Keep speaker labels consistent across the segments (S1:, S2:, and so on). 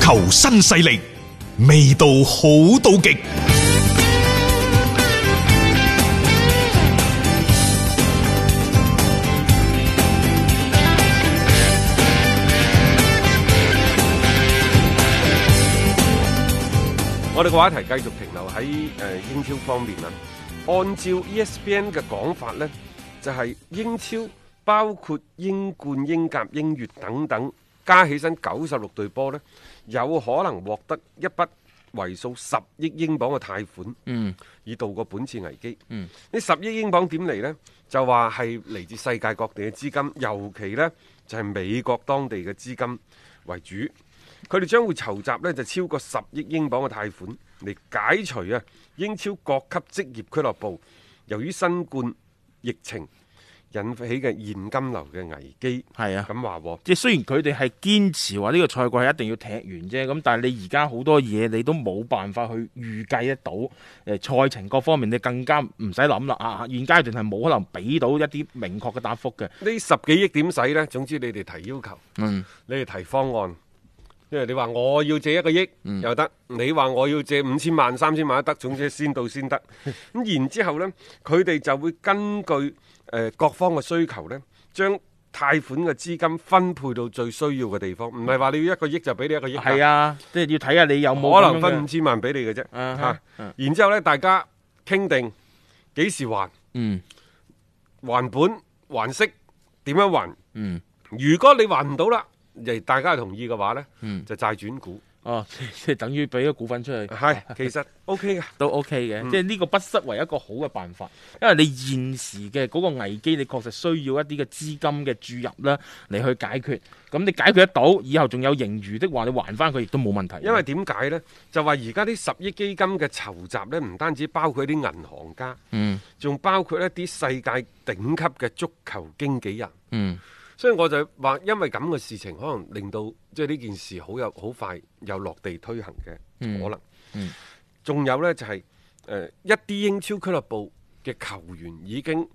S1: 球新勢力，味道好到極。
S2: 我哋嘅話題繼續停留喺誒、呃英超方面啊。按照 E ESPN 嘅講法呢，就係、英超包括英冠、英甲、英乙等等，加起身九十六隊波呢，有可能獲得一筆為數十億英鎊嘅貸款，嗯，以度過本次危機。嗯，呢十億英鎊點嚟呢？就話係嚟自世界各地嘅資金，尤其呢就係、美國當地嘅資金為主。佢哋將會籌集呢就超過十億英鎊嘅貸款嚟解除啊英超各級職業俱樂部由於新冠疫情引起嘅現金流嘅危機。
S3: 係啊
S2: 咁話喎。
S3: 即係雖然佢哋係堅持話呢個賽季係一定要踢完啫，咁但係你而家好多嘢你都冇辦法去預計得到，誒、呃、賽程各方面你更加唔使諗啦啊！現階段係冇可能俾到一啲明確嘅答覆嘅。
S2: 呢十幾億點使呢？總之你哋提要求，
S3: 嗯
S2: 你哋提方案，因為你話我要借一個億
S3: 嗯
S2: 又得，你話我要借五千萬、三千萬都得，總之先到 先得。咁然之後呢，佢哋就會根據誒、呃各方嘅需求呢，將貸款嘅資金分配到最需要嘅地方，唔係話你要一個億就俾你一個億。
S3: 係啊，即係要睇下你有冇
S2: 可能
S3: 咁樣嘅
S2: 分五千萬俾你嘅啫。
S3: 嗯
S2: 嚇
S3: 嗯
S2: 然之後呢，大家傾定幾時還，
S3: 嗯
S2: 還本還息點樣還。
S3: 嗯
S2: 如果你還唔到啦，亦大家同意嘅話呢，
S3: 嗯
S2: 就債轉股，
S3: 哦， 即即係等於俾咗股份出去。
S2: 係其實 OK 嘅。
S3: 都 OK
S2: 嗯
S3: 嘅，即係呢個不失為一個好嘅辦法，因為你現時嘅嗰個危機，你確實需要一啲嘅資金嘅注入啦，嚟去解決。咁你解決得到，以後仲有盈餘的話，你還翻佢亦都冇問題。
S2: 因為點解呢？就話而家啲十億基金嘅籌集呢，唔單止包括啲銀行家，
S3: 嗯
S2: 仲包括一啲世界頂級嘅足球經紀人。
S3: 嗯
S2: 所以我就話，因為咁嘅事情，可能令到即係呢件事好有好快有落地推行嘅可能。
S3: 嗯
S2: 仲有呢，就係、呃一啲英超俱樂部嘅球員已經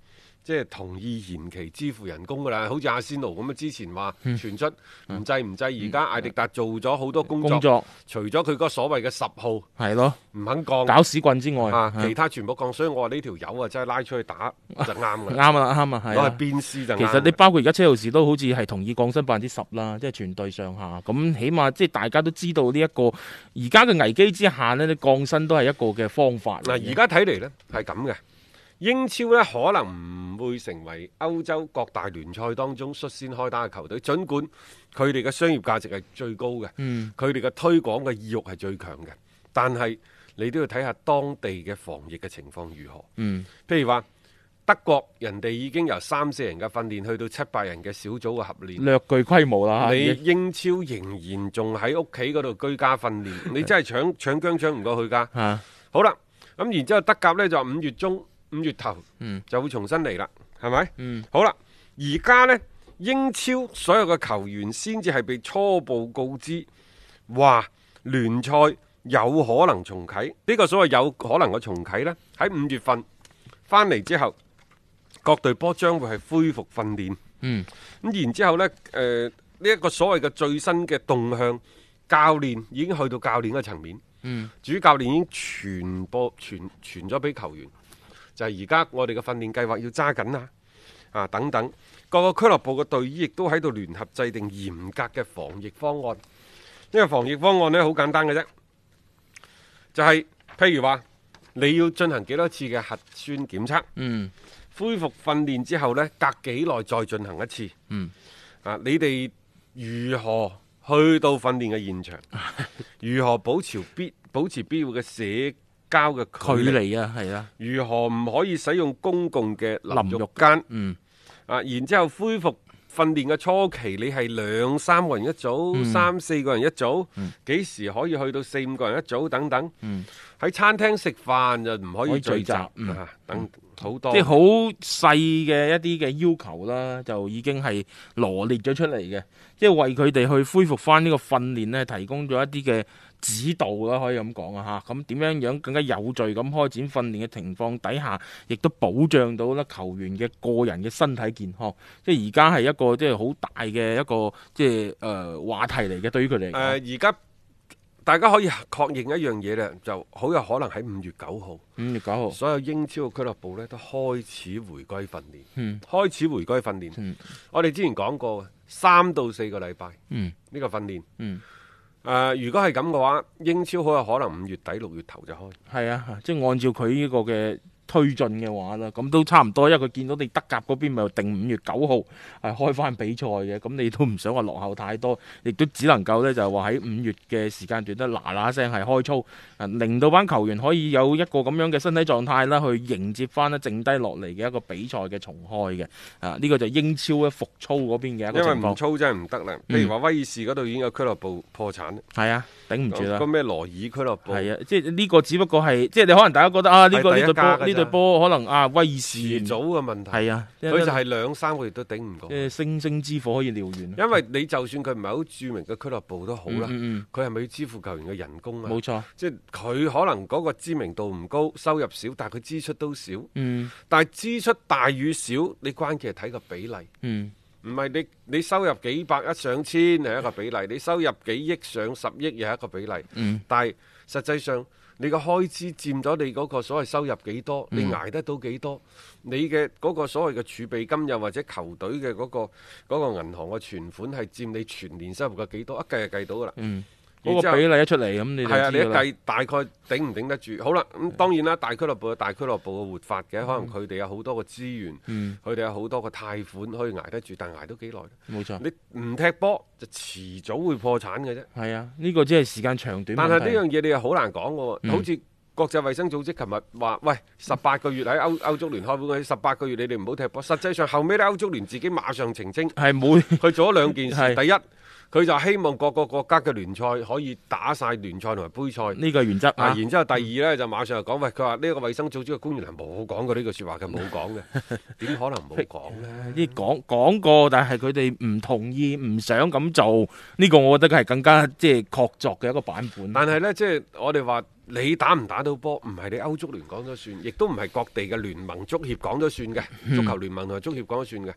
S2: 即係同意延期支付人工㗎啦，好似阿仙奴咁啊，之前話傳出唔制唔制，而家艾迪達做咗好多嗯工作，
S3: 工作
S2: 除咗佢嗰所謂嘅十號唔
S3: 係咯，
S2: 肯降
S3: 搞屎棍之外，
S2: 啊，
S3: 係
S2: 其他全部降，所以我話呢條友啊真係拉出去打就啱㗎
S3: 啱
S2: 啦，
S3: 啦啱啊，係
S2: 攞
S3: 啊
S2: 去。鞭屍 就啱
S3: 其實
S2: 㗎
S3: 你
S2: 啦
S3: 包括而家車路士都好似係同意降薪百分之十啦，即係全隊上下。咁起碼即係大家都知道呢、一個而家嘅危機之下呢，你降薪都係啊一個嘅方法嚟
S2: 嗱，
S3: 嘅。
S2: 而家睇嚟呢係咁嘅，英超呢可能唔會成為歐洲各大聯賽當中率先開打嘅球隊，儘管佢哋嘅商業價值係最高嘅，
S3: 嗯
S2: 佢哋嘅推廣嘅意欲係最強嘅，但係你都要睇下當地嘅防疫嘅情況如何。
S3: 嗯
S2: 譬如話德國，人哋已經由三四人嘅訓練去到七八人嘅小組嘅合練。
S3: 略具規模啦，
S2: 你
S3: 已經
S2: 英超仍然仲喺屋企嗰度居家訓練，你真係搶搶姜搶唔過去㗎。
S3: 嚇。
S2: 好啦，咁然之後德甲呢，就五月中、五月頭
S3: 嗯
S2: 就會重新嚟啦，係咪？
S3: 嗯
S2: 好啦，而家呢，英超所有嘅球員先至係被初步告知話聯賽有可能重啟，呢、個所謂有可能嘅重啟呢，喺五月份翻嚟之後，各隊波將會係恢復訓練。
S3: 嗯
S2: 咁然之後呢，誒呢一個所謂嘅最新嘅動向，教練已經去到教練嘅層面。
S3: 嗯，
S2: 主教練已經傳播傳傳咗俾球員，就係而家我哋嘅訓練計劃要揸緊啦，啊等等，各個俱樂部嘅隊醫亦都喺度聯合制定嚴格嘅防疫方案。呢個防疫方案呢，好簡單嘅啫，就係、譬如話你要進行幾多次嘅核酸檢測，
S3: 嗯，
S2: 恢復訓練之後呢，隔幾耐再進行一次，
S3: 嗯，
S2: 啊你哋如何去到訓練嘅 現場？如何保持必保持必要嘅社交嘅距
S3: 距
S2: 離？
S3: 離啊，係啦，
S2: 如何唔可以使用公共嘅淋
S3: 淋
S2: 浴
S3: 浴
S2: 間？
S3: 嗯
S2: 啊，然之後恢復訓練嘅初期，你係兩三個人一組，
S3: 嗯
S2: 三四個人一組，幾、時可以去到四五個人一組等等。喺、餐廳食飯就唔可
S3: 嗯可
S2: 以
S3: 以
S2: 聚
S3: 聚
S2: 集，
S3: 集嗯
S2: 啊、等好多
S3: 即係好細嘅一啲嘅要求啦，就已經係羅列咗出嚟嘅，即係為佢哋去恢復翻呢個訓練呢，提供咗一啲嘅指導啦，可以咁講啊嚇。咁點樣樣更加有序咁開展訓練嘅情況底下，亦都保障到啦球員嘅個人嘅身體健康。即係而家係一個即係好大嘅一個即係誒、呃、話題嚟嘅，對於佢
S2: 誒
S3: 哋嚟講。
S2: 而家大家可以確認一樣嘢咧，就好有可能喺五月九號。
S3: 五月九號，
S2: 所有英超嘅俱樂部咧都開始回歸訓練，
S3: 嗯
S2: 開始回歸訓練。
S3: 嗯
S2: 我哋之前講過嘅，三到四個禮拜
S3: 嗯
S2: 呢個訓練。
S3: 嗯，
S2: 誒、如果係咁嘅話，英超好有可能五月底六月頭就開。
S3: 係啊，即係按照佢呢個嘅推進嘅話啦，咁都差唔多，因為佢見到你德甲嗰邊咪定五月九號係開翻比賽嘅，咁你都唔想話落後太多，亦都只能夠呢，就係話喺五月嘅時間段咧嗱嗱聲係開操，啊令到班球員可以有一個咁樣嘅身體狀態啦，去迎接翻咧剩低落嚟嘅一個比賽嘅重開嘅，啊呢、個就英超咧復操嗰邊嘅一個
S2: 因為
S3: 情
S2: 唔
S3: 況，嗯
S2: 操真係唔得啦。譬如話威爾士嗰度已經有俱樂部破產，
S3: 係啊頂唔住啦
S2: 個。咩羅爾俱樂部
S3: 係啊，即係呢個只不過係，即係你可能大家覺得啊，呢、個
S2: 係
S3: 呢
S2: 第一
S3: 隊
S2: 家
S3: 波
S2: 㗎咋
S3: 呢隊波可能啊威爾士
S2: 遲早嘅問題，
S3: 係啊，
S2: 佢就係兩三個月都頂唔過
S3: 即。係星星之火可以燎原。
S2: 因為你就算佢唔係好著名嘅俱樂部都好啦，
S3: 嗯嗯
S2: 佢係咪要支付球員嘅人工
S3: 嗯
S2: 啊？
S3: 冇錯，
S2: 即係佢可能嗰個知名度唔高，收入少，但係佢支出都少。
S3: 嗯
S2: 但係支出大與少，你關鍵係睇個比例，
S3: 嗯
S2: 唔係你你收入幾百一上千係一個比例，你收入幾億上十億又係一個比例。
S3: 嗯
S2: 但係實際上你個開支佔咗你嗰個所謂收入幾多，
S3: 嗯
S2: 你捱得到幾多，你嘅嗰個所謂嘅儲備金又或者球隊嘅嗰個嗰個銀行嘅存款係佔你全年收入嘅幾多，一計就計到㗎啦。
S3: 嗯，
S2: 然
S3: 嗰
S2: 之
S3: 個
S2: 後
S3: 比例一出嚟咁，你就知
S2: 係啊，你一
S3: 㗎啦。嗯
S2: 計大概頂唔頂得住？好啦，咁、當然啦，大俱樂部有大俱樂部嘅活法嘅，可能佢哋有好多個資源，
S3: 嗯，
S2: 佢哋有好多個貸款可以捱得住，但捱到幾耐？
S3: 冇錯，
S2: 你唔踢波就遲早會破產嘅啫。
S3: 係啊，呢個只係時間長短問
S2: 但
S3: 題。
S2: 係呢樣嘢你又好難講嘅喎，
S3: 啊嗯
S2: 好似國際衛生組織琴日話，喂，十八個月喺歐歐足聯開會嗰陣，十八個月你哋唔好踢波。實際上後尾咧，歐足聯自己馬上澄 清，
S3: 係冇
S2: 佢做咗兩件事。
S3: 係
S2: 第一，佢就希望各個國家嘅聯賽可以打晒聯賽同埋杯賽。
S3: 呢個原則
S2: 啊，
S3: 啊。
S2: 然之後第二呢，就馬上就講，喂，佢話呢個衞生組織嘅官員係冇講過呢句説話嘅，冇講嘅， 點可能冇講呢？
S3: 啲講講過，但係佢哋唔同意，唔想咁做。呢、個我覺得係更加即係確鑿嘅一個版本。
S2: 但係呢，即係我哋話你打唔打到波，唔係你歐足聯講咗算，亦都唔係各地嘅聯盟足協講咗算嘅，
S3: 嗯
S2: 足球聯盟同埋足協講咗算嘅。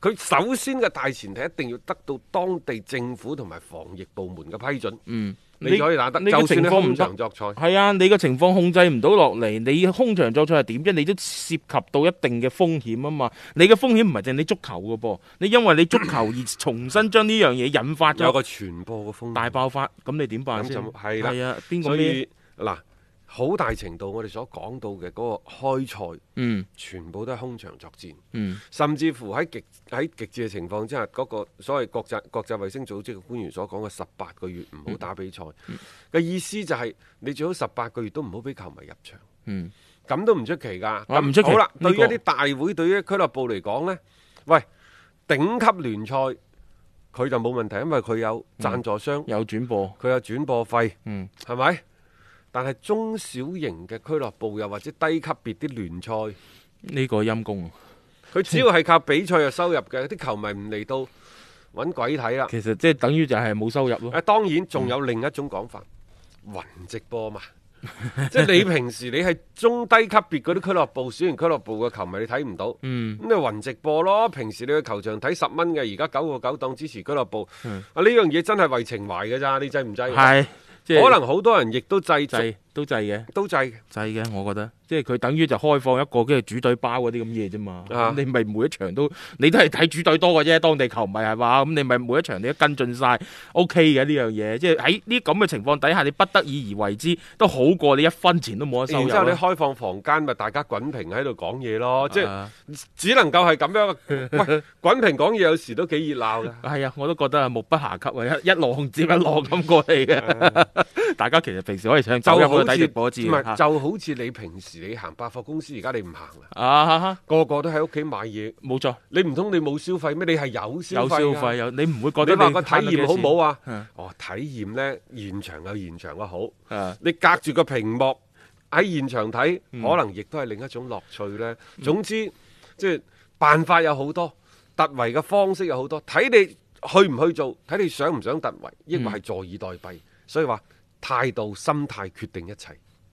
S2: 佢首先嘅大前提一定要得到當地政府同埋防疫部門嘅批准，
S3: 嗯，
S2: 你就可以打得。
S3: 呢個
S2: 就算
S3: 情
S2: 你
S3: 況唔
S2: 空
S3: 得
S2: 場。作賽。
S3: 係啊，你個情況控制唔到落嚟，你空場作賽係點啫？你都涉及到一定嘅風險啊嘛。你嘅風險唔係淨係你足球嘅噃，你因為你足球而重新將呢樣嘢引發
S2: 有
S3: 咗
S2: 個傳播嘅風險
S3: 大爆發，咁你點辦
S2: 咁
S3: 先？
S2: 就係啦。
S3: 係啊，邊個
S2: 所
S3: 咩？
S2: 以嗱，好大程度我哋所講到嘅嗰個開賽，
S3: 嗯
S2: 全部都係空場作戰，
S3: 嗯
S2: 甚至乎喺極喺極致嘅情況之下，嗰、個所謂國際國際衛星組織嘅官員所講嘅十八個月
S3: 嗯
S2: 唔好打比賽嘅、意思就係、你最好十八個月都唔好俾球迷入場，
S3: 嗯，
S2: 咁都唔出奇㗎。
S3: 啊
S2: 咁
S3: 唔出奇
S2: 好啦，
S3: 呢
S2: 對於
S3: 個
S2: 一啲大會，對於俱樂部嚟講呢，喂，頂級聯賽佢就冇問題，因為佢有贊助商，佢、
S3: 有轉播，
S2: 有轉播費。
S3: 嗯
S2: 係咪？但係中小型嘅俱樂部又或者低級別啲聯賽，
S3: 呢、個陰公啊。
S2: 佢只要係靠比賽嘅收入嘅，啲球迷唔嚟到揾鬼睇啦。
S3: 其實即係等於就係冇收入咯。
S2: 誒，當然仲有另一種講法，
S3: 嗯
S2: 雲直播嘛， 即係你平時你係中低級別嗰啲俱樂部、小型俱樂部嘅球迷，你睇唔到，咁
S3: 嗯
S2: 你雲直播咯。平時你去球場睇十蚊嘅，而家九個九檔支持俱樂部，
S3: 嗯
S2: 啊呢樣嘢真係為情懷嘅咋，你制唔制？
S3: 係即係
S2: 可能好多人亦都制，
S3: 制都制嘅。
S2: 都制嘅。
S3: 制嘅，我覺得，即係佢等於就開放一個跟住主隊包嗰啲咁嘢啫嘛。
S2: 啊
S3: 你咪每一場都，你都係睇主隊多嘅啫，當地球迷係嘛？咁你咪每一場你都跟進晒 o k 嘅呢樣嘢。即係喺呢咁嘅情況底下，你不得已而為之，都好過你一分錢都冇得收
S2: 然
S3: 入
S2: 之後你
S3: 啦。
S2: 開放房間，咪大家滾屏喺度講嘢咯，即係
S3: 啊
S2: 只能夠係咁 樣。喂，滾屏講嘢有時都幾熱鬧噶。
S3: 係啊，我都覺得係目不暇給啊，一一浪接一浪咁過 嚟嘅。大家其實平時可以上 走入去睇直播知
S2: 唔係
S3: 嘅
S2: 啊就好似你平時你行百貨公司，而家你唔行啦，
S3: 啊，
S2: 個個都喺屋企買嘢，
S3: 冇錯，
S2: 你唔通你冇消費咩？你係有消
S3: 有消
S2: 費㗎。
S3: 費有，你唔會覺
S2: 你
S3: 得
S2: 話個體驗好
S3: 慳咗幾
S2: 唔好啊
S3: 嗯？
S2: 哦，體驗呢，現場有現場嘅好，
S3: 多錢啊？
S2: 你隔住個屏幕喺現場睇，可能亦都係另一種樂趣呢。總之，即係辦法有好多，突圍嘅方式有好多，睇你去唔去做，睇你想唔想突圍，抑或係坐以待斃。所以話態度、心態決定一切。